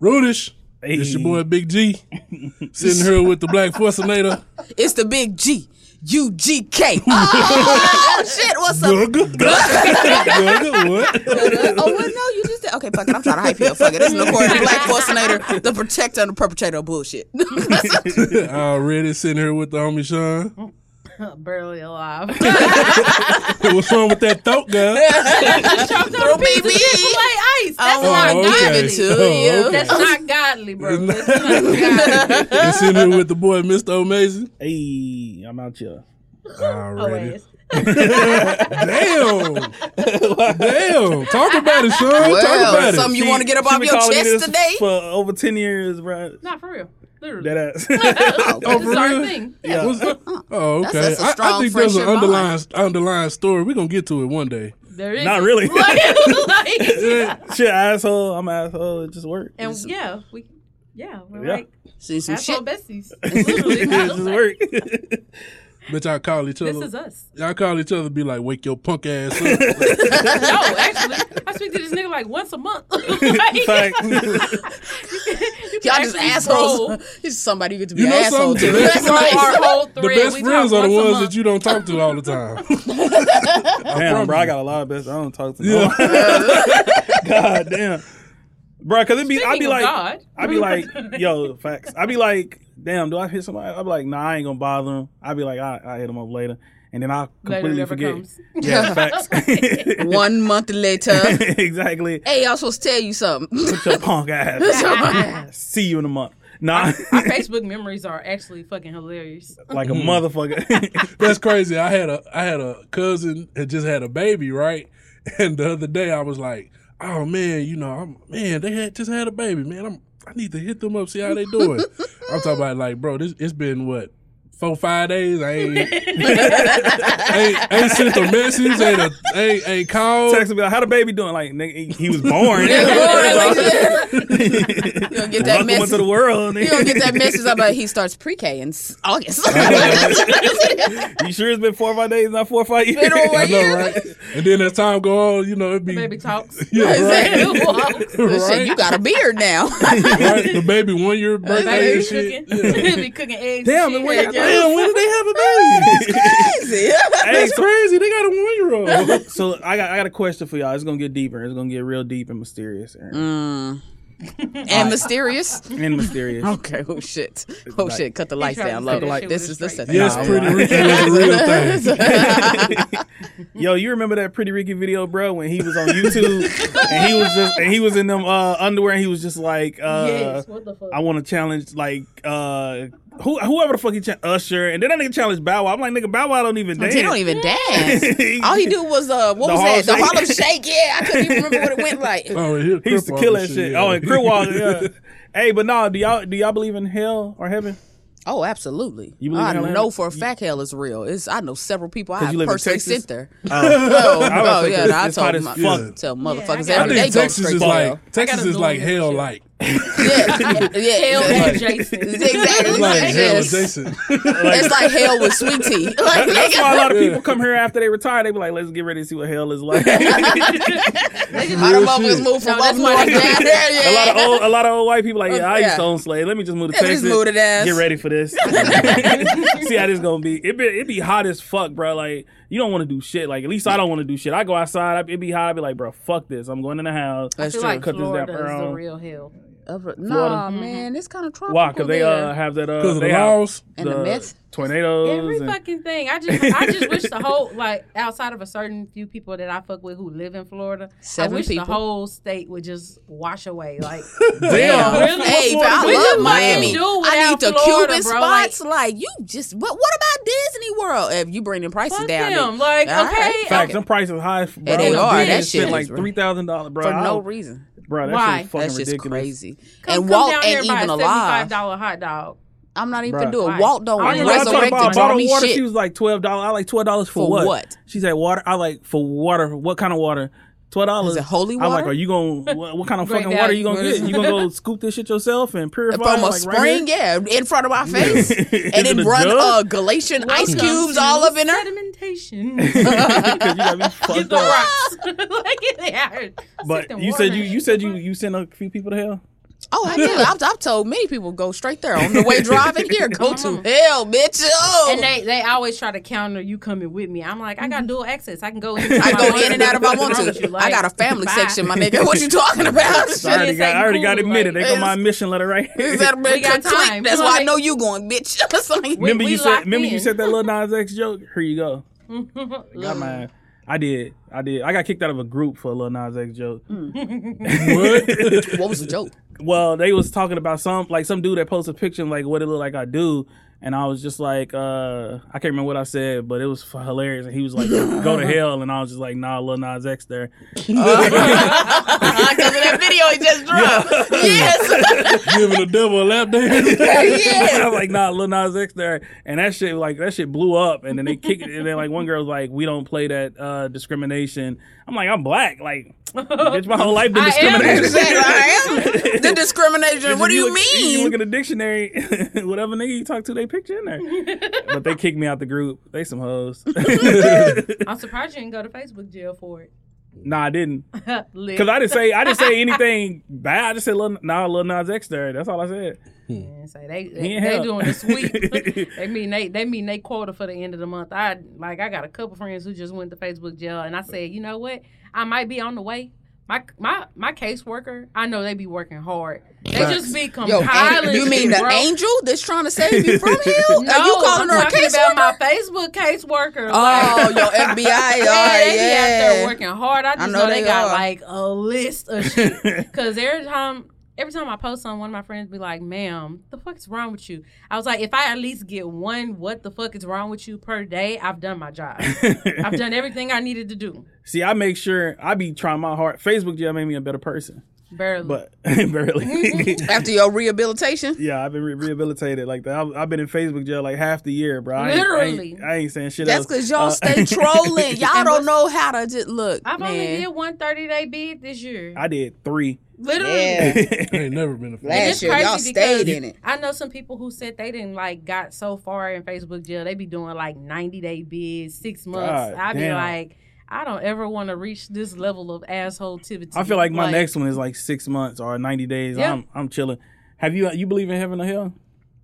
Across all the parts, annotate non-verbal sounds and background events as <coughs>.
Rudish. It's your boy Big G <laughs> sitting here with the Black Forcinator. It's the big G. U G K. <laughs> Oh shit! What's up? <laughs> Gugga. Gugga, what? Oh well, no, you just did. Okay, fuck it. I'm trying to hype you up. Fuck it. This is the court, the black fascinator, the protector, and the perpetrator of <laughs> bullshit. <laughs> Already sitting here with the homie Sean. <laughs> Barely alive. What's wrong with that throat gun? Throw <laughs> BB. like ice. That's Oh, not okay. godly. to Oh, you. okay. That's not godly, bro. <laughs> That's not godly. And sitting here with the boy Mr. Amazing. Hey, I'm out here. Already. Always. <laughs> Damn. Damn. Talk about it, Sean. Talk Well, about it. something you want to get up She off been your calling me chest this today? For over 10 years, bro. Not for real. Literally. That ass. Oh, <laughs> That's for a sorry real? thing. yeah. What's- oh, okay. that's a I- I, strong think there's an friendship underlying underlying story. We're gonna get to it one day. There is. Not really. <laughs> Like- like- Shit, asshole. I'm an asshole. It just worked. <laughs> and yeah, we. Yeah, we're Yeah. like See some asshole shit. besties. Literally. it I was just like, worked. But y'all call each This is other. us. Y'all call each other. Be like, wake your punk ass up. No, actually, I speak to this nigga like once a month. <laughs> Like, Fact. you Y'all can just actually assholes. <laughs> roll It's somebody you get to be You an know asshole something? to. The best That's friends- nice. Our whole the thread. best we friends talk are the once a ones month. that you don't talk to all the time. <laughs> <laughs> damn, bro. I got a lot of best. I don't talk to no <laughs> God damn. Bro, because it'd be, I'd Speaking be of like, God. I'd be like, yo, facts. I'd be like, damn, do I hit somebody? I'd be like, nah, I ain't gonna bother him. I'd be like, I, I hit him up later, and then I Later completely never forget. comes. Yeah, facts. <laughs> One month later. <laughs> exactly. Hey, I was supposed to tell you something. Put your punk ass. <laughs> See you in a month. Nah, <laughs> Our Facebook memories are actually fucking hilarious. like a motherfucker. <laughs> That's crazy. I had a I had a cousin that just had a baby, right? And the other day I was like, "Oh man, you know, I'm man, they had just had a baby, man. I'm I need to hit them up, see how they doing." I'm talking about like, bro, this it's been what four five days. I <laughs> ain't <laughs> ain't, ain't sent a message, ain't a, ain't ain't called. Text me like, how the baby doing? Like, nigga, he, he was born. <laughs> <laughs> you don't get that Welcome into message. the world. You don't Nigga. <laughs> get that message about he starts pre-K in s- August. You sure it's been four or five days, not four or five years? don't I know, right? And then as time go on, you know, it be <laughs> Baby talks. <laughs> yeah, right, Exactly. Walks. Shit, right, you got a beard now. right. The <laughs> baby one year birthday Baby and be cooking. shit. <laughs> Yeah. be cooking <laughs> eggs. Damn, and it shit. went, damn, when did they have a baby? Crazy. hey, That's crazy. They got a one year old. <laughs> so, so I got I got a question for y'all. It's gonna get deeper. It's gonna get real deep and mysterious. Aaron. <laughs> and mysterious. And mysterious. <laughs> Okay. Oh shit. Oh shit. Cut the lights tried to down say low. that shit this with is a this. is- straight Yes, Nah, Pretty why? <laughs> Ricky was a <laughs> real thing. Yo, you remember that Pretty Ricky video, bro, when he was on YouTube and he was just and he was in them uh, underwear and he was just like uh Yes, what the fuck? I want to challenge like uh who whoever the fuck he cha- Usher and then that nigga challenged Bow Wow. I'm like nigga Bow Wow don't even dance. He don't even dance. All he do was uh, what The was that? The Harlem Harlem Shake. Shake. Yeah, I couldn't even remember what it went like. <laughs> Oh, he, He used to kill that shit. Oh, and Crip Walker. <laughs> Yeah. hey, but no, do y'all do y'all believe in hell or heaven? Oh, absolutely. You believe I in hell, know Hannah? for a fact hell is real. It's I know several people I you live in personally Texas? sent there. Oh, Oh yeah, no, I it's hot told as my, fuck. tell I motherfuckers got I every day think go Texas straight is to like hell. Texas gotta is do like that hell, shit. like Yeah, yeah, <laughs> Hell yeah. and Jason. exactly. it's like hell Yes. <laughs> adjacent. It's like hell with sweet tea. <laughs> Like, That's why a lot of Yeah. people come here after they retire. They be like, let's get ready to see what hell is like. my real motherfuckers shit. moved from up No, that's <laughs> why north they- down there. Yeah. a lot of old, a lot of old white people like, yeah, I used Yeah. to own slave. Let me just move to Yeah, Texas. just move to Dallas. Get ready for <laughs> this. <laughs> See how this gonna be. It be it be hot as fuck, bro. Like you don't want to do shit. Like at least I don't want to do shit. I go outside. I, it be hot. I be like, bro, fuck this. I'm going in the house. That's I feel true. like Cut this down, Florida is the um, Earl. real hell. Upper- nah, man, it's kind of tropical Mm-hmm. Why? Cause they there. uh have that uh 'Cause of they the have laws? And the myth? tornadoes. Every and- fucking thing. I just, I just wish the whole like outside of a certain few people that I fuck with who live in Florida, Seven I wish people. the whole state would just wash away. <laughs> Like, Damn. Really? Hey, but What I we love could Miami. do I need without the Florida, Cuban bro, like- spots. Like, you just what? What about Disney World? If you bringing prices fuck down, them. then- Like, All okay, oh, right. Facts, them prices high. Bro. they I was are. big That and shit spent is like re- three thousand dollars, bro. for I no was- reason. bro. That Why? shit was fucking That's just ridiculous. crazy. come, and come Walt down here ain't and buy even a seventy-five alive. dollar hot dog. I'm not even Bruh. doing Right. Walt don't I I remember remember I talked resurrect about I the bought Johnny a water. shit. She was like twelve dollars. I like twelve dollars for, For what? what? She said water. I like for water. What kind of water? Twelve dollars. Is it holy I'm like, water? are you gonna what, what kind of Great fucking water you gonna value. get? You gonna go scoop this shit yourself <laughs> and purify from it, a like, right spring, here? yeah, in front of <laughs> my face, and it then a run jug? uh, Galatian ice Welcome cubes to all up in her. Sedimentation. <laughs> 'Cause you gotta be Get fucked the up. rocks. <laughs> like, yeah. But you said you you said you you sent a few people to hell. Oh, I did. I've, I've told many people go straight there on the <laughs> way driving here. Go to hell, bitch. Oh. Mm-hmm. And they, they always try to counter you coming with me. I'm like, I got dual access. I <laughs> can go in. I go in and out if I want to. I got a family section, my nigga. What you <laughs> talking about? I already Shit, got, I already got cool, admitted. like, they got my admission letter right here. <laughs> Is that a We got click? time. That's Come why on, I know babe. you going, bitch. <laughs> It's like- We- remember you said. locked Remember you in. said that <laughs> little Nas X joke. Here you go. <laughs> Got a. my. I did. I did. I got kicked out of a group for a little Nas X joke. What? <laughs> what was the <laughs> joke? Well, they was talking about some like some dude that posted a picture of, like what it looked like I do, and I was just like, uh, I can't remember what I said, but it was f- hilarious. And he was like, "Go to hell," and I was just like, "Nah, Lil Nas X there." Because Uh-huh, of that video he <laughs> just dropped. <laughs> Yes. Giving the devil a lap <laughs> dance. I'm like, "Nah, Lil Nas X there," and that shit like that shit blew up, and then they kicked it, and then like one girl was like, "We don't play that uh, discrimination." I'm like, "I'm black, like, bitch, my <laughs> whole life been Uh, I am discriminated." <laughs> Exactly. I <laughs> am. The discrimination. What do you look, You mean? look in the dictionary, <laughs> whatever nigga you talk to, they picture in there. <laughs> but they kicked me out the group. They some hoes. <laughs> <laughs> I'm surprised you didn't go to Facebook jail for it. <laughs> nah, I didn't. Lit. Cause I didn't say I didn't say anything bad. I just said Lil, nah, Lil Nas X there. That's all I said. And say they they, ain't they help. doing a sweep. <laughs> they mean they they mean they quota for the end of the month. I like I got a couple friends who just went to Facebook jail, and I said, you know what? I might be on the way. My my my caseworker, I know they be working hard. They just be Yo, compiling. an- you shit, mean the bro. angel that's trying to save you <laughs> from hell? No, Are you calling I'm her a talking case about worker? my Facebook caseworker. Oh, yo, <laughs> FBI. All Yeah, right, they be out yeah. there working hard. I just know know, they, they got are. like a list <laughs> of shit. Cause every time, every time I post something, one of my friends be like, "Ma'am, the fuck is wrong with you?" I was like, "If I at least get one, what the fuck is wrong with you per day? I've done my job. <laughs> I've done everything I needed to do. <laughs> See, I make sure I be trying my heart. Facebook jail made me a better person, Barely. but <laughs> <laughs> barely. After your rehabilitation? yeah, I've been re- rehabilitated like that. I've, I've been in Facebook jail like half the year, bro. I ain't- I ain't- Literally. I ain't, saying shit. That's else. because y'all <laughs> Uh, stay <laughs> trolling. Y'all don't And what's- know how to just look. I've man. only did one 30 day bid this year. I did three. <laughs> Literally. I ain't never been a fan. Last It's year, crazy y'all because stayed in it. I know some people who said they didn't like got so far in Facebook jail. They be doing like ninety day bids, six months. God I'd be damn. like, I don't ever want to reach this level of asshole tivity. I feel like my next one is like six months or ninety days. Yeah. I'm I'm chilling. Have you you believe in heaven or hell?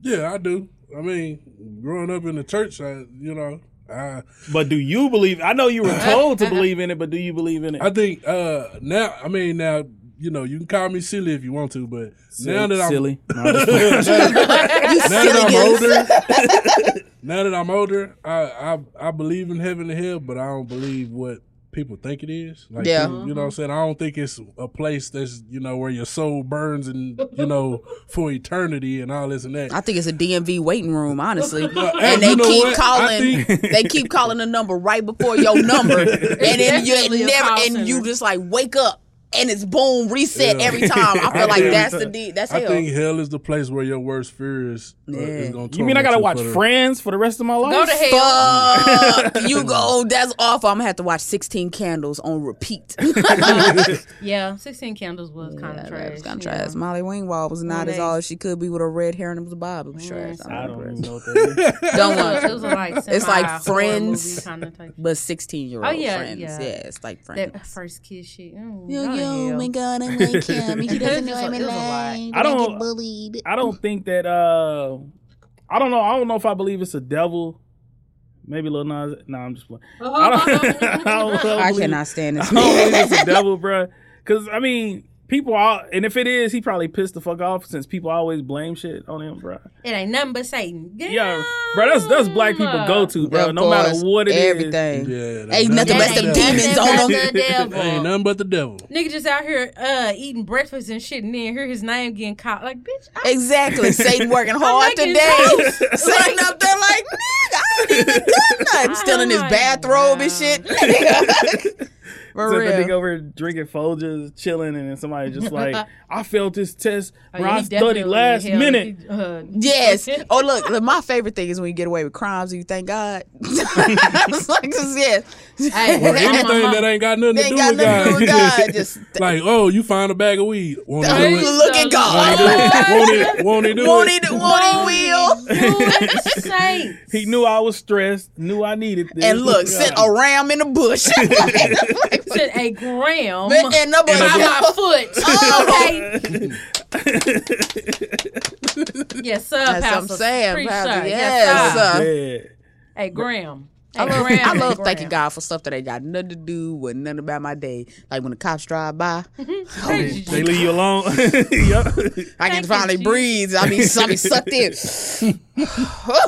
Yeah, I do. I mean, growing up in the church, I, you know, I But do you believe? I know you were told Uh-huh. to believe in it, but do you believe in it? I think uh now I mean now, you know, you can call me silly if you want to, but now that I'm <laughs> silly. No, I'm just- now that <laughs> I'm Silly goose. older <laughs> now that I'm older, I, I I believe in heaven and hell, but I don't believe what people think it is. Like Yeah. you, you know what I'm saying? I don't think it's a place that's, you know, where your soul burns and you know, <laughs> for eternity and all this and that. I think it's a DMV waiting <laughs> room, honestly. hey, and they you know keep what? I calling, think- <laughs> they keep calling the number right before your <laughs> number, and then definitely you a never, call and you center. just like wake up, and it's boom reset Yeah. every time. I feel <laughs> I like think- that's the D, that's I hell. think hell is the place where your worst fear is, uh, is gonna you mean I torment gotta you watch for the- Friends for the rest of my life? go to hell. <laughs> Fuck you go. That's awful. I'm gonna have to watch 16 candles on <laughs> repeat. Yeah, sixteen candles was kind of trash. It's kind of you trash. know. Molly Wingwall was not as they- Mm. all as she could be with her red hair and it was a bob. It was trash. I I don't even don't remember. know what that is. Don't It want. was like It's like semi-horror Friends. movie kinda type shit. <laughs> But 16 year old Oh, yeah, friends. Yeah. yeah. it's like friends. That first kiss shit. Mm, Yo, go to yo, hell. oh <laughs> my god, I like him. He doesn't know It was I'm a- it was a lie. alive. I and don't- get bullied. I don't think that. uh I don't know. I don't know if I believe it's a devil. Maybe Lil Nas. No, nah, I'm just playing. <laughs> I don't. I, don't, I, don't I believe- cannot <laughs> stand I this. don't believe <laughs> it's a devil, bruh. Because I mean, people are, and if it is, he probably pissed the fuck off since people always blame shit on him, bruh. It ain't nothing but Satan. Damn. Yeah, bruh. That's that's black people go to, bruh. Of no matter course, what it is. everything. Yeah, that's Ain't nothing but but That some ain't devil. demons nothing on but them. the devil. <laughs> Ain't nothing but the <laughs> devil. Nigga just out here uh, eating breakfast and shit, and then hear his name getting caught. Like, bitch, I <laughs> Exactly. Satan working hard making today. <laughs> toast. Satan up there like, nigga, I <laughs> ain't even done nothing. Still in his Oh, bathrobe wow. and <laughs> shit. <laughs> Nigga. For So that nigga real. over drinking Folgers, chilling, and then somebody <laughs> just like, I failed this test, Oh, bro. yeah, I he studied definitely last held- minute. he, uh, <laughs> Yes. Oh, look, look, my favorite thing is when you get away with crimes and you thank God. <laughs> it's like, just, yes. <laughs> Hey, Or I'm a anything mom. that ain't got nothing They to do ain't got with God. nothing to do with God. <laughs> <laughs> Just like, oh, you find a bag of weed. Won't he do it? look at Won't God. he do it? Won't he, Oh, won't he do Won't he, it? do- <laughs> won't he will? You <laughs> saint. He knew I was stressed, knew I needed this. And look, sent <laughs> Yeah. <laughs> <laughs> a ram in the bush. Like, said a gram Man, Oh. and nobody by my got foot. okay. <laughs> yes, sir. That's what I'm Pastor. saying, Preach, Pastor. sir. Yes, sir. sir. Dead. A gram. <laughs> I A love, gram, I a love gram. thanking God for stuff that ain't got nothing to do with nothing about my day. Like when the cops drive by, Praise you, They leave you alone. <laughs> Yup. I Thank can you, finally Jesus. breathe. I be, I be sucked <laughs> in. <laughs>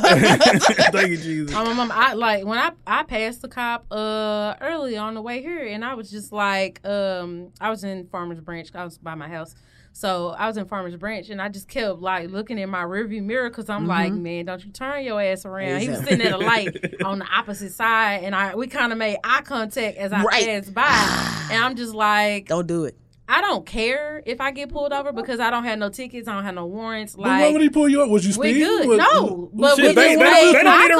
Thank you, <laughs> Jesus. Um, um, I like when I I passed the cop uh early on the way here, and I was just like, um, I was in Farmers Branch. I was by my house, so I was in Farmers Branch, and I just kept like looking in my rearview mirror because I'm like, man, don't you turn your ass around. He was Exactly. sitting at a light on the opposite side, and I we kind of made eye contact as I Right. passed by, and I'm just like, Don't do it. I don't care if I get pulled over because I don't have no tickets, I don't have no warrants. But why Like, would he pull you up? Was you we speeding? good. What- no, what- but shit, we they- just they- made they don't eye need a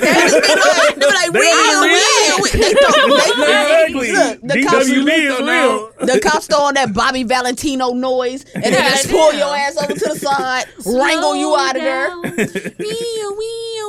reason. They <laughs> just be like, they be like, They real, are real. They don't- they- Exactly. Look, the cops- DWB is real. The cops throw on that Bobby Valentino noise and then Yeah, just pull yeah. your ass over to the side, wrangle you out of there. <laughs> Wee, wee,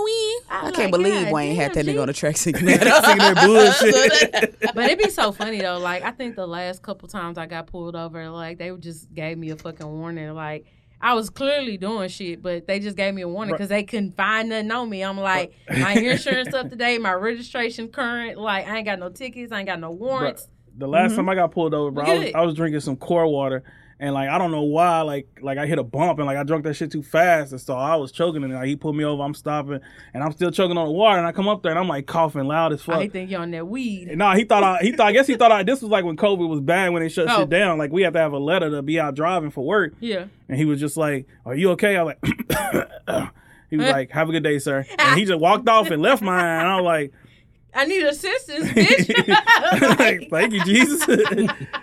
wee. I I'm can't like, believe God Wayne had damn, that nigga on the G. track <laughs> singing Singing that. that bullshit. But it'd be so funny though. Like I think the last couple times I got pulled over, like they just gave me a fucking warning. Like I was clearly doing shit, but they just gave me a warning because they couldn't find nothing on me. I'm like, <laughs> my insurance up to date, my registration current. Like I ain't got no tickets, I ain't got no Bro, warrants. the Mm-hmm. last time I got pulled over, bro, I was, Good. I was drinking some core water, and like I don't know why, like like I hit a bump and like I drunk that shit too fast, and so I was choking, and like he pulled me over, I'm stopping, and I'm still choking on the water, and I come up there and I'm like coughing loud as I fuck. think you on that weed. Nah, he thought I he thought I guess he thought I this was like when COVID was bad when they shut Oh. shit down. Like we have to have a letter to be out driving for work. Yeah. And he was just like, Are you okay? I was like <coughs> He Uh. was like, Have a good day, <laughs> sir. And he just walked off and left mine. And I was like, I <laughs> need assistance, <laughs> bitch. <laughs> like, thank you, Jesus.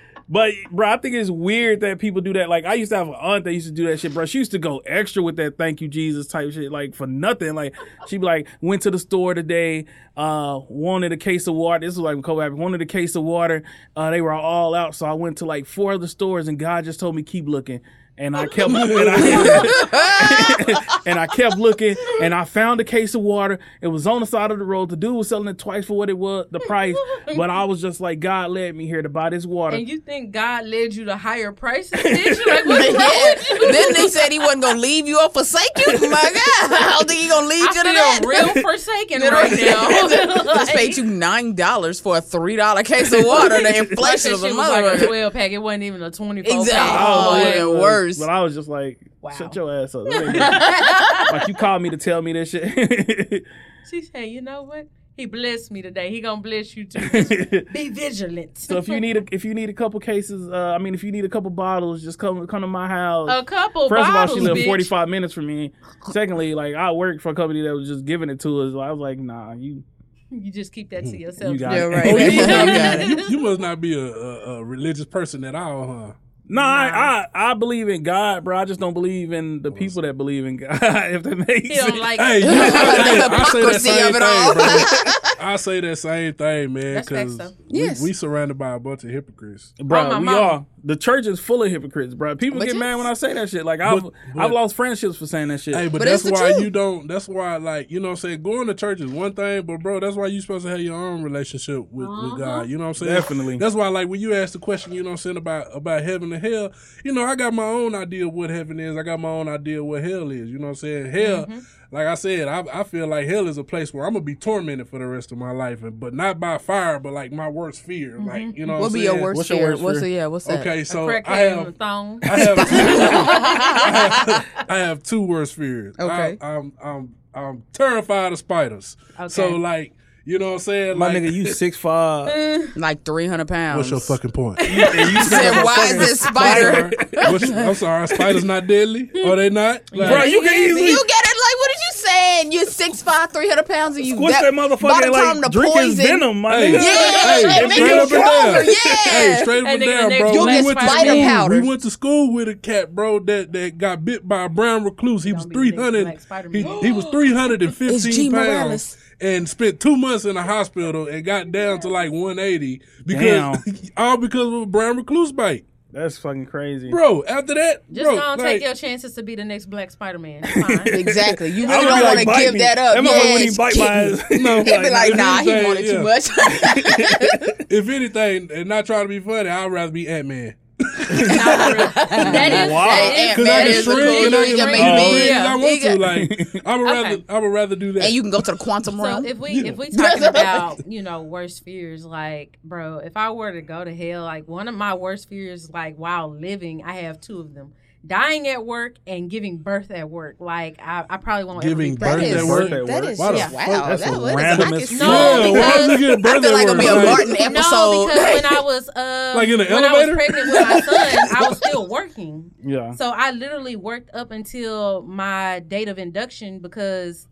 <laughs> but bro, I think it's weird that people do that. Like, I used to have an aunt that used to do that shit, bro. She used to go extra with that "thank you, Jesus" type shit, like for nothing. Like, she'd be like, went to the store today, uh, wanted a case of water. This was like when COVID happened. Wanted a case of water. Uh, they were all out, so I went to like four other stores, and God just told me keep looking. And I kept <laughs> looking, and I, <laughs> and I kept looking, and I found a case of water. It was on the side of the road. The dude was selling it twice for what it was, the price. But I was just like, God led me here to buy this water. and you think God led you to higher prices, <laughs> bitch? Like what's wrong Yeah. with you? <laughs> Then they said he wasn't gonna leave you or forsake you. Oh My God, I don't think he gonna leave I you to feel that. <laughs> real forsaken right now. <laughs> Just paid you nine dollars for a three dollar case of water. <laughs> The Plus, inflation that of a shit was like a mother. twelve pack. It wasn't even a twenty four Exactly. pack. I don't know Oh, what it even was, worse. But I was just like, Wow. shut your ass up. <laughs> like you called me to tell me this shit. <laughs> She said, "You know what? He blessed me today. He gonna bless you too. Just Be vigilant." so if you need a, if you need a couple cases, uh, I mean, if you need a couple bottles, just come come to my house. <laughs> a couple First bottles, of all, she lived bitch. 45 minutes from me. Secondly, like I worked for a company that was just giving it to us. I was like, nah, you You just keep that to yourself. you got Yeah, it. right. Oh, you, <laughs> You must not got be, it. you, <laughs> you must not be a, a, a religious person at all, huh? No, I, I I believe in God, bro. I just don't believe in the people that believe in God. <laughs> if that makes He don't sense. like Hey, you, it. I, say that Hypocrisy same of thing, it all. bro. I say that same thing, man. That's facts, 'cause though. we, Yes. we surrounded by a bunch of hypocrites. bro. Oh, my we mama. are the church is full of hypocrites, bro. People But get yes. mad when I say that shit. Like I've But- I've but- lost friendships for saying that shit. Hey, but, But that's it's the why truth. you don't. That's why, like, you know, what I'm saying going to church is one thing, but bro, that's why you supposed to have your own relationship with, Uh-huh. with God. You know what I'm saying? Definitely. That's why, like, when you ask the question, you know, what I'm saying about about heaven and hell. You know, I got my own idea of what heaven is. I got my own idea of what hell is. You know what I'm saying? Hell, Mm-hmm. like I said, I, I feel like hell is a place where I'm gonna be tormented for the rest of my life, and but not by fire, but like my worst fear. Like, you know, what Mm-hmm. What I'm be saying? your worst What's your fear? worst What's fear? the yeah? What's that? Okay, so Crackhead I on the have thong. I have, I have I have two <laughs> worst fears. Okay. I, am I'm I'm terrified of spiders. So like you know what I'm saying? my like, <laughs> nigga, you six <laughs> five. <laughs> Like three hundred pounds. What's your fucking point? <laughs> Then why is this spider? What's- I'm sorry, spiders not deadly? Are they not? Like, Bro, you can easily You get it? Like, what did you saying? You're 6'5", 300 pounds, and you squish that, by motherfucker the and, time like the drink his poison, venom, <laughs> my Hey, nigga. Yeah, hey, make straight you up and stronger, down. yeah. Hey, straight up That and nigga down, next bro. to We Black went to Spider school- powder. We went to school with a cat, bro, that, that got bit by a brown recluse. He was be the next 300. Black Spider-Man. He, he was 315 It's Gene pounds Morales. and spent two months in the hospital and got down to like 180 because Damn. <laughs> all because of a brown recluse bite. That's fucking crazy. bro. After that, Just bro, don't like, take your chances to be the next Black Spider Man. Fine. Exactly. You I really would don't be want like, to bite give me. that up. That motherfucker yeah, wouldn't even bite my <laughs> ass. No, He'd <laughs> be like, nah, he anything, wanted too yeah. much. If anything, and not trying to be funny, I'd rather be Ant Man. that is Wow. that is- Ant Cause I can Man is a shrink cool and I dude. He can can make make as Oh. big as I want big. He to. got- Like I would rather, I would rather do that. And you can go to the quantum So realm. if we if we talking about you know worst fears, like bro, if I were to go to hell, like one of my worst fears, like while living, I have two of them: dying at work and giving birth at work. Like I, I probably won't ever Giving be birth That at is, work. Birthday that work. is Why the yeah, fuck? wow. That's That a was random as a fuck. yeah, No, why would you get a I birthday feel like it'll be a work? <laughs> Martin Like, episode. No, because when I was uh, Like in an when I elevator? was pregnant with my son, I was still working. Yeah. So I literally worked up until my date of induction because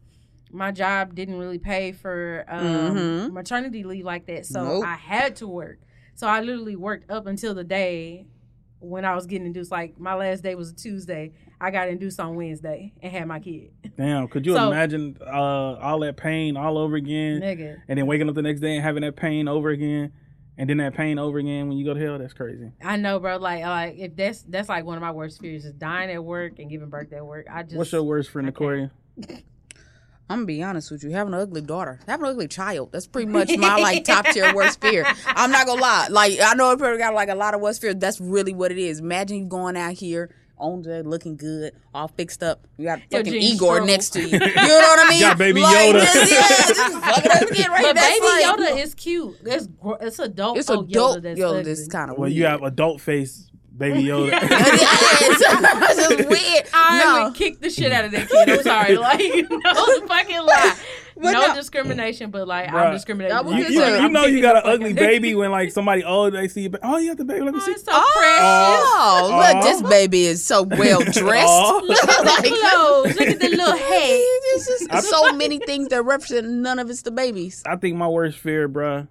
my job didn't really pay for um, Mhm. maternity leave like that. So Nope. I had to work. So I literally worked up until the day when I was getting induced. Like my last day was a Tuesday. I got induced on Wednesday and had my kid. Damn. Could you So- imagine uh, all that pain all over Mm. again, Nigga, and then waking up the next day and having that pain over again, and then that pain over again when you go to hell? That's crazy. I know, bro. Like, like if that's that's like one of my worst fears is dying at work and giving birth at work. I just What's your worst friend, Corey? I'm gonna be honest with you. Having an ugly daughter, having an ugly child, that's pretty much my like top tier worst <laughs> fear. I'm not gonna lie. Like I know people got like a lot of worst fears. That's really what it is. Imagine you going out here on the looking good, all fixed up. You got Your fucking jeans Igor struggle. next <laughs> to you. You know what I mean? Got baby Like, Yoda. Just, yeah, just fucking up again right But That's baby like- Yoda is cute. It's gr- it's adult. It's oh, adult Yoda that's Yoda. ugly. This kind of Well, weird. you <laughs> have adult face, baby <laughs> Yoda. Yes, <laughs> it's just <laughs> weird. I no. would kick the shit out of that kid. <laughs> I'm sorry, like <laughs> no fucking lie, no, But no- discrimination, but like Bruh. I'm discriminating. I would you, Okay, you- so you I'm know you got an ugly baby when like somebody old they see you, but oh you got the baby. Let me Oh, see. it's so Oh, Aw. look, this baby is <laughs> so well Aw. dressed. <laughs> precious. Look at the clothes. Look at the <laughs> little head. There's just so many things that represent none of it's the babies. I think my worst fear, bruh.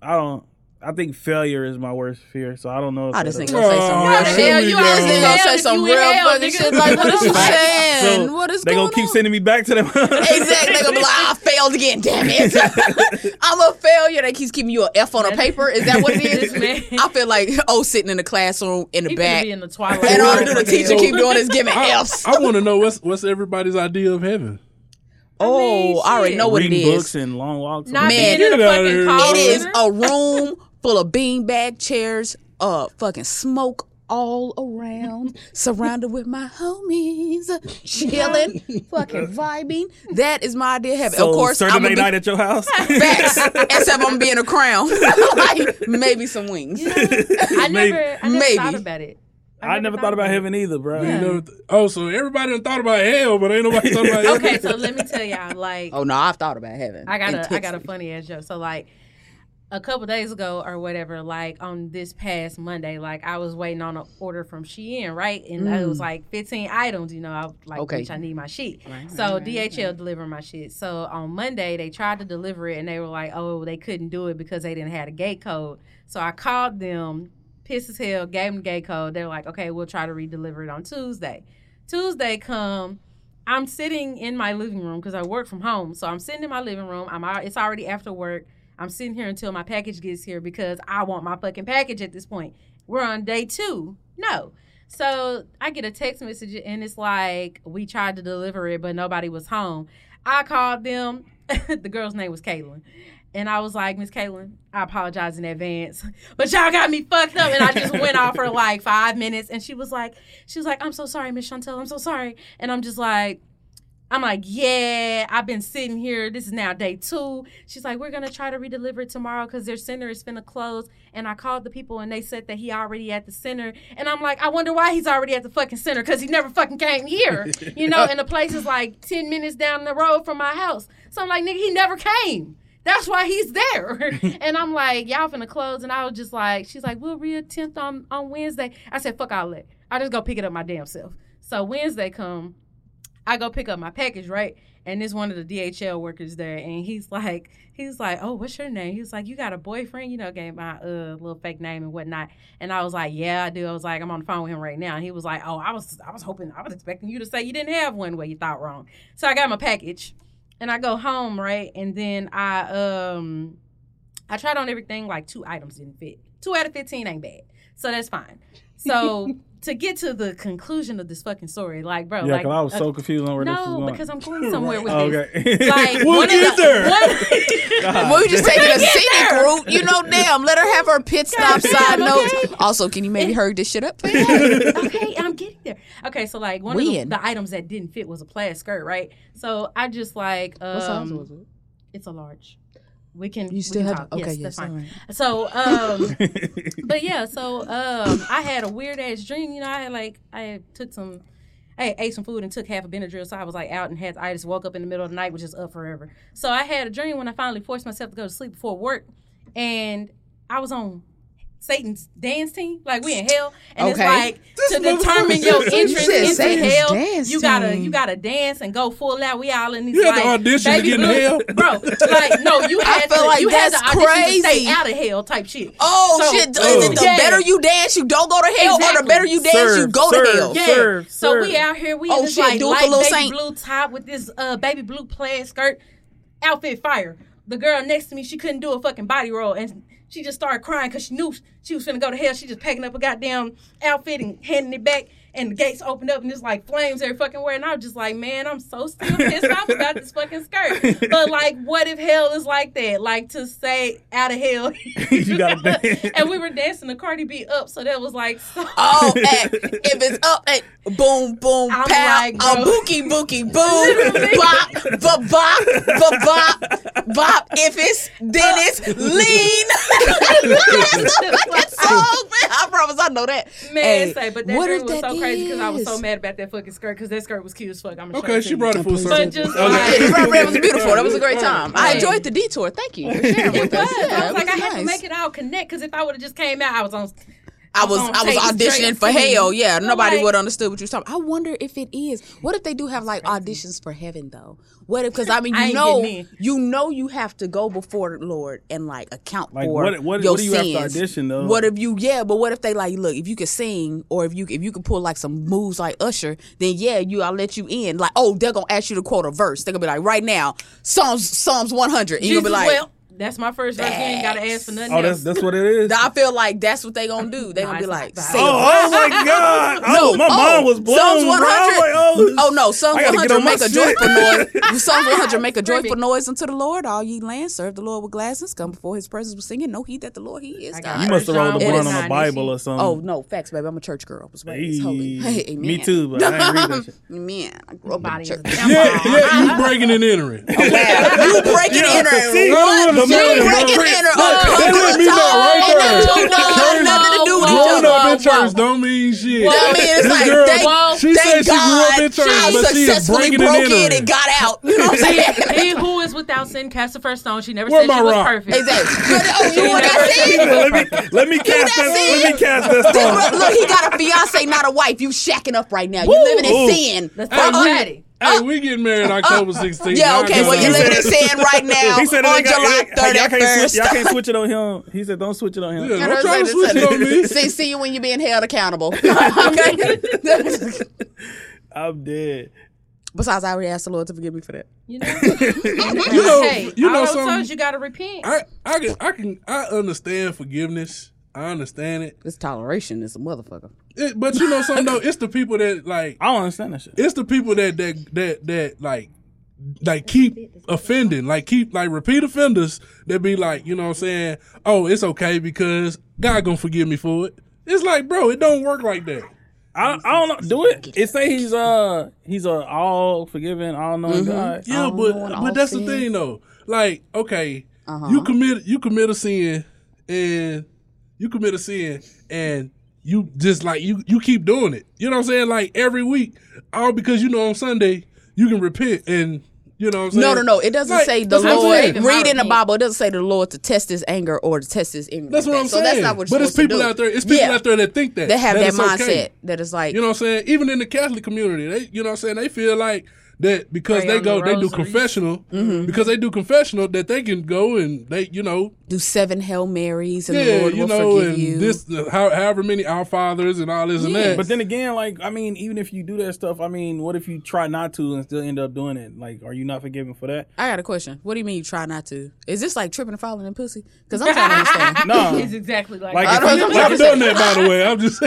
I don't. I think failure is my worst fear. So I don't know. If I just that- ain't gonna say some Oh, real hell, shit. you I just out ain't hell gonna say if some you real in hell, fucking nigga. shit. Like, what is you Right. saying? So what is they going gonna keep on? sending me back to them. Exactly. <laughs> They gonna be like, I failed again. Damn it. I'm a failure. They keeps giving you an F on a paper. Is that what it This is? man. I feel like oh, sitting in the classroom in the He could back. be in the twilight. and all Zone <laughs> they do the for hell. teacher keep doing is giving I, F's. I want to know what's what's everybody's idea of heaven. oh, I already shit. know what it Reading is. books and long walks. Not Man, being in a get outta fucking here. car. It is Oh, a room full of beanbag chairs, uh, fucking smoke all around, surrounded with my homies, <laughs> chilling, fucking vibing. That is my idea of heaven. So of course, I'm Saturday gonna be <laughs> night at your house. facts, <laughs> except I'm being a crown, <laughs> like maybe some wings. I never, I never Maybe. thought about it. I never thought about it. heaven either, bro. You know, th- oh, so everybody done thought about hell, but ain't nobody thought <laughs> about heaven. Okay, so let me tell y'all, like, Oh no, I've thought about heaven. I got a I got a intensely. funny ass joke. So like a couple days ago or whatever, like on this past Monday, like I was waiting on an order from Shein, right? And it was like 15 items, you know, I was like Okay. bitch, I need my shit. so DHL delivered my shit. So on Monday they tried to deliver it and they were like, oh, they couldn't do it because they didn't have a gate code. So I called them, pissed as hell, gave them the gate code. They're like, okay, we'll try to re-deliver it on Tuesday. Tuesday come. I'm sitting in my living room because I work from home. So I'm sitting in my living room. I'm out, it's already after work. I'm sitting here until my package gets here because I want my fucking package at this point. We're on day two. No. So I get a text message and it's like, we tried to deliver it, but nobody was home. I called them. <laughs> the girl's name was Caitlin. And I was like, Miss Caitlin, I apologize in advance, but y'all got me fucked up. And I just went off for like five minutes. And she was like, she was like, I'm so sorry, Miss Chantel. I'm so sorry. And I'm just like, I'm like, yeah, I've been sitting here. This is now day two. She's like, we're gonna try to redeliver it tomorrow because their center is finna close. And I called the people and they said that he already at the center. And I'm like, I wonder why he's already at the fucking center because he never fucking came here, you know. And the place is like ten minutes down the road from my house. So I'm like, nigga, he never came. That's why he's there. and I'm like, y'all finna close. And I was just like, she's like, we'll reattempt on on Wednesday. I said, fuck all that. I just go pick it up my damn self. So Wednesday come. I go pick up my package, right? And there's one of the DHL workers there, and he's like, he's like, oh, what's your name? He's like, you got a boyfriend? You know, gave my uh little fake name and whatnot. And I was like, yeah, I do. I was like, I'm on the phone with him right now. And he was like, oh, I was, I was hoping, I was expecting you to say you didn't have one where you thought wrong. So I got my package, and I go home, right? And then I um, I tried on everything. Like two items didn't fit. Two out of fifteen ain't bad. So that's fine. <laughs> So to get to the conclusion of this fucking story, like, bro, Yeah, like, because I was uh, so confused on where this was no, going. because I'm going somewhere with Oh, this. okay. <laughs> <laughs> Like, <laughs> We'll one of get the- there. one- <laughs> Uh, Well, we just taking a scenic route, you know. Damn, let her have her pit stop damn, side okay. notes. Also, can you maybe hurry this shit <laughs> up? <laughs> okay, I'm getting there. Okay, so like one When? of the, the items that didn't fit was a plaid skirt, right? So I just like um, it? It's a large. We can. You still we can have talk. okay, yes, yes, that's fine. all right. So, <laughs> um, but yeah, so um, I had a weird ass dream. You know, I had like I took some, I ate some food and took half a Benadryl. So I was like out and had I just woke up in the middle of the night, which is up forever. So I had a dream when I finally forced myself to go to sleep before work, and I was on Satan's dance team. Like we in hell, and Okay. it's like to determine <laughs> your You entrance said into Satan's hell, dance you gotta team. you gotta dance and go full out. We all in these You had like to audition to baby get in blue- hell? bro. Like no, <laughs> you had feel to, like you had that's to audition to crazy. stay out of hell type shit. Oh So- shit! The, oh. the Yeah. better you dance, you don't go to hell, or the Exactly. better you dance, you Serve, go serve. to hell. Yeah. Oh, Serve, so serve. we out here, we Oh, in this shit, like do it for light Lil baby Saint. blue top with this uh baby blue plaid skirt, outfit fire. The girl next to me, she couldn't do a fucking body roll, and she just started crying because she knew she was finna go to hell. She just packing up a goddamn outfit and handing it back. And the gates opened up and there's like flames every fucking where. And I was just like, man, I'm so still pissed off about this fucking skirt. But like, what if hell is like that? Like to say out of hell, <laughs> You gotta dance. and we were dancing the Cardi B up, so that was like, so Oh, at, <laughs> if it's up at boom, boom, I'm pow, like, a bro. bookie, bookie, boom, bop, ba bop, ba bop, bop. If it's then it's Uh. lean. <laughs> That's the song, man. I promise I know that. Man, Hey, say, but that what girl if was that so crazy because I was so is? mad about that fucking skirt because that skirt was cute as fuck. I'm gonna show Okay, it to she you. brought it full circle. But just Yeah, like, the program was beautiful. That was a <laughs> great time. I enjoyed the detour. Thank you. For sharing it with us. was. Yeah, I was like, I had to nice. make it all connect because if I would have just came out, I was on. I was on I was Satan's auditioning dance for team. hell. Yeah, So, nobody like, would have understood what you were talking. I wonder if it is. What if they do have like auditions for heaven though? What if? Because I mean, <laughs> I you ain't know, getting in. you know, you have to go before the Lord and like account Like, for what- what- your what do you have to sins. audition, though? What if you? Yeah, but what if they like look? If you could sing or if you if you could pull like some moves like Usher, then yeah, you I'll let you in. Like, oh, they're gonna ask you to quote a verse. They're gonna be like, right now, Psalms Psalms one hundred, and you'll be Jesus, like. well, that's my first verse. You ain't gotta ask for nothing oh, that's else. that's what it is. I feel like that's what they gonna do. They Nah, gonna be it's not like, that. say a Oh, oh <laughs> my God! Oh, my oh, mind was blown. Psalms bro. I 100. was like, oh, this- Oh no, Psalms I gotta get 100 on my make a shit. joyful <laughs> noise. Psalms 100 make a joyful Screaming. noise unto the Lord. All ye land, serve the Lord with gladness. Come before His presence with singing. Know he that the Lord He is I got God. You must have rolled a It is blunt not on an a Bible issue. or something. <laughs> Oh no, facts, baby. I'm a church girl. I was raised holy. Hey, Hey, me amen. too, but I ain't read that shit. <laughs> Amen. I grew up in Body the is a church. <laughs> damn yeah, ball. yeah, you breaking and entering. <laughs> you breaking Yeah, in or see, what? the You million, breaking bro. in Oh, or that let me know right there. Look, uncomfortable time. Ain't that Church- two words, nothing to do with Growing each up other. in church don't mean shit. uh, I mean, it's This like, girl, thank- she said thank she grew up in God I church, but she is successfully breaking broke and in entering. and got out. You know what I'm saying? <laughs> He who is without sin cast the first stone. She never Where said my she was rock? perfect. Exactly. Good. Oh, you want never <laughs> that <laughs> He scene? said, let me let me cast that this. Let me serious? cast this <laughs> Look, song. look, he got a fiance, not a wife. You shacking up right now. You living in Ooh. sin. Let's Uh-uh. talk daddy. Hey, we getting married October 16th. Uh, Yeah, Y'all okay. got Well, you're it. he living in said- sin right now He said on they got- July they- hey, y'all can't 31st. switch- y'all can't switch it on him. He said don't switch it on him. Yeah, don't try to switch it on me. <laughs> See, see you when you're being held accountable. <laughs> okay. <laughs> I'm dead. Besides, I already asked the Lord to forgive me for that. You know, You know, hey, you know all those something. times you gotta repent. I, I can, I can, I understand forgiveness. I understand it. This toleration is a motherfucker. It- but you know something though, it's the people that like, I don't understand that shit. it's the people that that that that like, like keep offending, like keep like repeat offenders that be like, you know what I'm saying? Oh, it's okay because God gonna forgive me for it. It's like, bro, it don't work like that. I, I don't know. Do it. It say he's uh he's a all forgiving, all knowing Mm-hmm. God. Yeah, all knowing, but all but that's seeing. the thing though. Like, okay, Uh-huh. you commit you commit a sin and you commit a sin and you just like you you keep doing it. You know what I'm saying? Like every week, all because you know on Sunday you can repent and you know what I'm No, saying? no, no. It doesn't Like, say the that's what I'm Lord. saying. saying. Read in the Right. Bible, it doesn't say the Lord to test his anger or to test his anger. That's what I'm so saying. that's not what you're but it's supposed people to do. out there. It's people Yeah. out there that think that That have that, it's mindset okay. that is like, You know what I'm saying? Even in the Catholic community, they you know what I'm saying, they feel like that because Pray they on the go they do rosaries. confessional Mm-hmm. because they do confessional that they can go and they you know Do seven Hail Marys and the yeah Lord you will know forgive and you. this uh, how, however many our fathers and all this and Yeah. that But then again, like I mean, even if you do that stuff, I mean, what if you try not to and still end up doing it? Like, are you not forgiven for that? I got a question. What do you mean you try not to? Is this like tripping and falling in pussy? Because <laughs> I'm trying to understand. <laughs> No, It's exactly like, Like, that. if you- I'm not doing that by the way I'm <laughs> just Oh,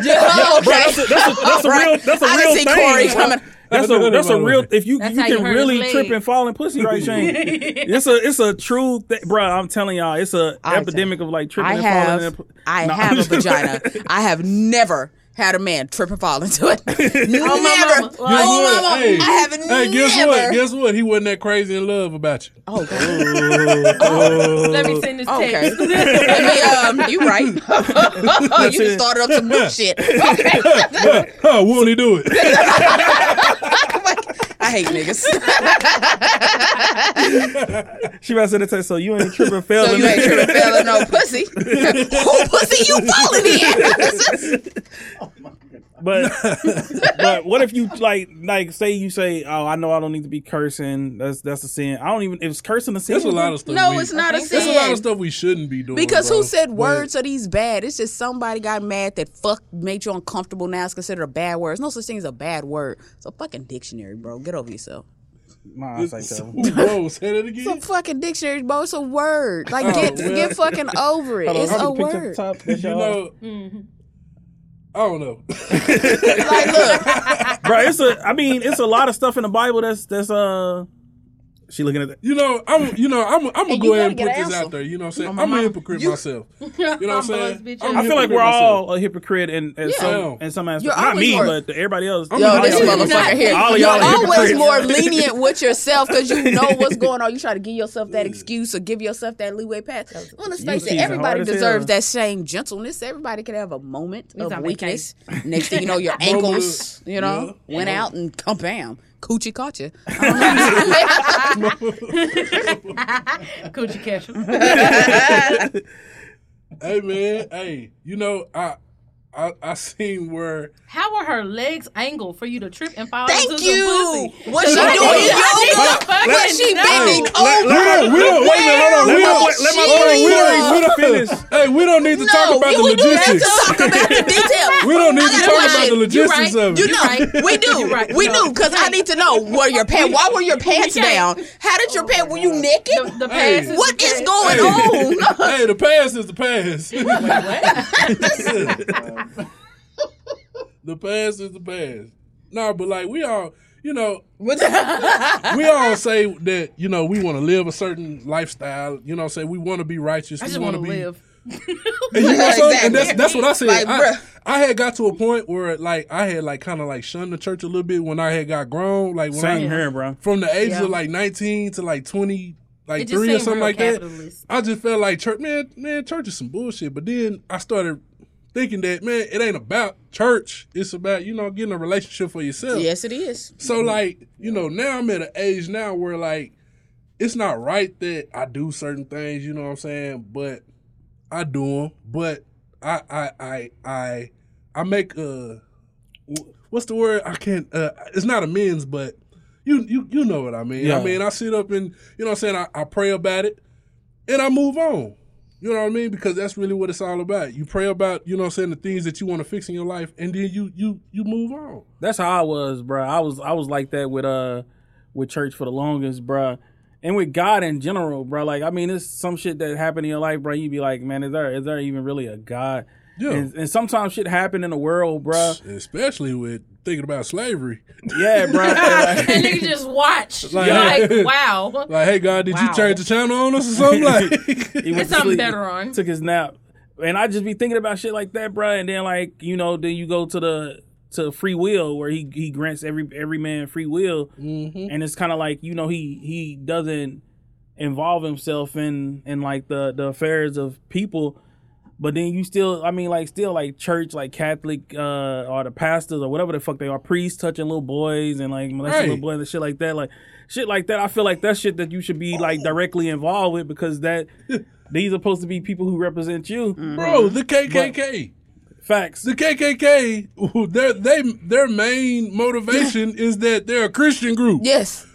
okay. that's a, that's a, that's a All real <laughs> right. that's a I real didn't see thing. Corey bro. coming. That's a that's a real. If you That's you how you can hurt his really leg. trip and fall in pussy, right, <laughs> Shane? it's a it's a true thing, bro. I'm telling y'all, it's a I epidemic of like tripping I and have, falling. in pu- I No. <laughs> have a vagina. I have never had a man trip and fall into <laughs> it. never. Oh, my Oh, mama. Guess what? mama. Hey, I have hey, never. guess what? Guess what? He wasn't that crazy in love about you. oh, God. Let me send this Okay. text. <laughs> I mean, um, <laughs> you right. <laughs> you just started up some new shit. <laughs> Okay. Huh, won't he <laughs> do it? I hate niggas. <laughs> She about to send a text. So you <laughs> ain't tripping and fell. so in you ain't it. tripping fella <laughs> no pussy. Who pussy you falling in? <laughs> But but what if you like like say you say oh I know I don't need to be cursing that's that's a sin I don't even is cursing a sin That's a lot of stuff. no, we- it's not a That's a lot sin. of stuff we shouldn't be doing. <laughs> Because bro. who said But- words are these bad? It's just somebody got mad that fuck made you uncomfortable. Now it's considered a bad word. There's no such thing as a bad word. It's a fucking dictionary, bro. Get over yourself. Nah, I say <laughs> so. Ooh, Whoa, say that It's a again. fucking dictionary, bro. It's a word. Like get well. get fucking over it. Oh, Hold on, It's I can pick a up the word. top. That's You y'all. know, I don't know. <laughs> Like look, bro. It's a. I mean, it's a lot of stuff in the Bible that's that's uh. She looking at that. You know, I'm. You know, I'm. I'm gonna And go you ahead and gotta put get this an out answer. there. You know, what I'm saying I'm a hypocrite myself. You know, what I'm Humble saying ass bitch. I'm a I I feel hypocrite like we're myself. all a hypocrite in, in some in some aspect. You're Not always me, more- but everybody else. I'm Yo, Y'all this are motherfucker hypocrites. here. All of You're y'all are always hypocrites. more lenient with yourself because you know what's going on. You try to give yourself that excuse or give yourself that leeway pass. Well, let's face cheating it, everybody hard as deserves hell. that same gentleness. Everybody can have a moment was of on weakness. Next thing you know, <laughs> your ankles, you know, Yeah. went out and come bam. Coochie caught you. I don't know. Coochie Ketchup. <laughs> Hey man, hey. You know, I, I, I seen where. How are her legs angled for you to trip and fall into Thank some you. pussy? What's she I doing? didn't- I Yoga? didn't fucking What's she know. bending Let- over? let my- We don't. Wait a minute. Hold on. Let we my don't. boy- let my She boy- we will. don't- we don't finish. <laughs> Hey, <laughs> we don't need to talk about you- the we do have logistics. to talk about the details. We don't need to I got a talk about question. the logistics right. of it. You know, right. <laughs> we do. You're right. We No. do because I need to know were your pants. Why <laughs> were your pants can't. Oh down? How did your pants? Were you The, naked? the Hey. past is What the is past. going Hey. <laughs> on? <laughs> hey, the past is the past. <laughs> the past is the past. Nah, but like we all, you know, <laughs> we all say that you know we want to live a certain lifestyle. You know, say we want to be righteous. I we just want want to to <laughs> be, live. <laughs> And you know what I'm saying? And Exactly. that's that's what I said. Like, I, bruh. I had got to a point where like I had like kind of like shunned the church a little bit when I had got grown. Like when I, Same here, bro. from the age Yeah. of like 19 to like 20 like It just three or seemed something real like that capitalist. i just felt like church man man church is some bullshit but then i started thinking that man it ain't about church it's about you know getting a relationship for yourself yes, it is. so like you know now i'm at an age now where like it's not right that i do certain things you know what i'm saying but i do them but i i i i, I make a what's the word? I can't. Uh, it's not amends, but you you you know what I mean. Yeah. I mean, I sit up and you know what I'm saying. I, I pray about it, and I move on. You know what I mean? Because that's really what it's all about. You pray about you know what I'm saying the things that you want to fix in your life, and then you you you move on. That's how I was, bro. I was I was like that with uh with church for the longest, bro. And with God in general, bro. Like I mean, it's some shit that happened in your life, bro. You be like, man, is there is there even really a God? Yeah. And, and sometimes shit happen in the world, bro. <laughs> Especially with thinking about slavery. Yeah, bro. <laughs> And nigga just watch. Like- You're like, wow. Like, hey God, did you Wow. change the channel on us or something? <laughs> Like, <laughs> He went There's to something sleep, better on. Took his nap, and I just be thinking about shit like that, bro. And then like you know, then you go to the to free will where he he grants every every man free will, and it's kind of like you know he he doesn't involve himself in in like the the affairs of people. But then you still, I mean, like still like church, like Catholic, uh, or the pastors or whatever the fuck they are, priests touching little boys and like molesting Right. little boys and shit like that, like shit like that. I feel like that's shit that you should be like directly involved with because that these are supposed to be people who represent you. bro, the KKK. Facts. Mm. The KKK, <laughs> their they their main motivation is that they're a Christian group. <laughs> Yes,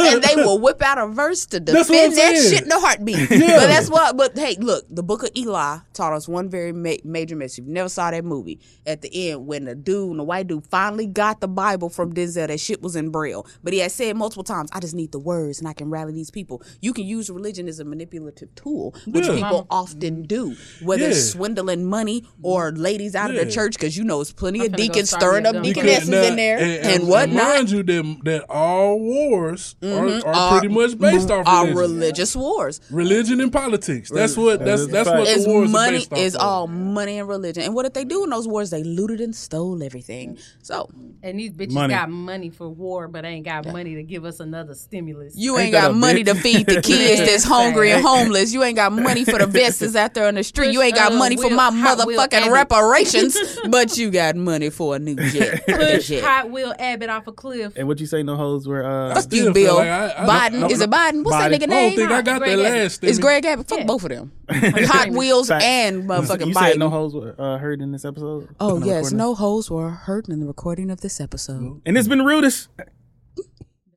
and they will whip out a verse to That's what I'm defend that saying. shit in a <laughs> heartbeat. But that's what. But hey, look, the Book of Eli taught us one very ma- major message. If you never saw that movie, at the end when the dude, when the white dude, finally got the Bible from Denzel, that shit was in braille. But he had said multiple times, "I just need the words, and I can rally these people." You can use religion as a manipulative tool, which Yeah. people often do, whether it's Yeah. swindling money or ladies out of Yeah. the church, because you know it's plenty I'm of finna go deacons start stirring me a up gun. deaconesses Because in there now- and, whatnot. Mind you, that that all wars Mm-hmm. are, are, pretty much based off our religion. Uh, religious wars. religion and politics. That's what that's is a that's fact. what It's the wars are money based off is of. all money and religion. And what did they do in those wars? They looted and stole everything. So And these bitches Money. got money for war, but ain't got money to give us another stimulus. you ain't, Ain't that got a money bitch? to <laughs> feed the kids that's hungry and homeless. You ain't got money for the vets that's out there on the street. You ain't got Push, uh, money for Will- my Hot Wheel motherfucking Abbott. <laughs> reparations, but you got money for <laughs> a new jet. Push Shit. Hot Wheel Abbott off a cliff. And what you say? No hoes were. Uh, Fuck you, still feel Bill. like I- I Biden. don't- I is it Biden? What's that Biden. nigga I don't name? think I got Greg that Abbott. last thing. It's Greg Abbott. Fuck both of <laughs> them. Hot Wheels Facts. and motherfucking you Biden. said no hoes were uh, heard in this episode. Oh In the yes, recording. no hoes were hurt in the recording of this episode. And it's been rudest.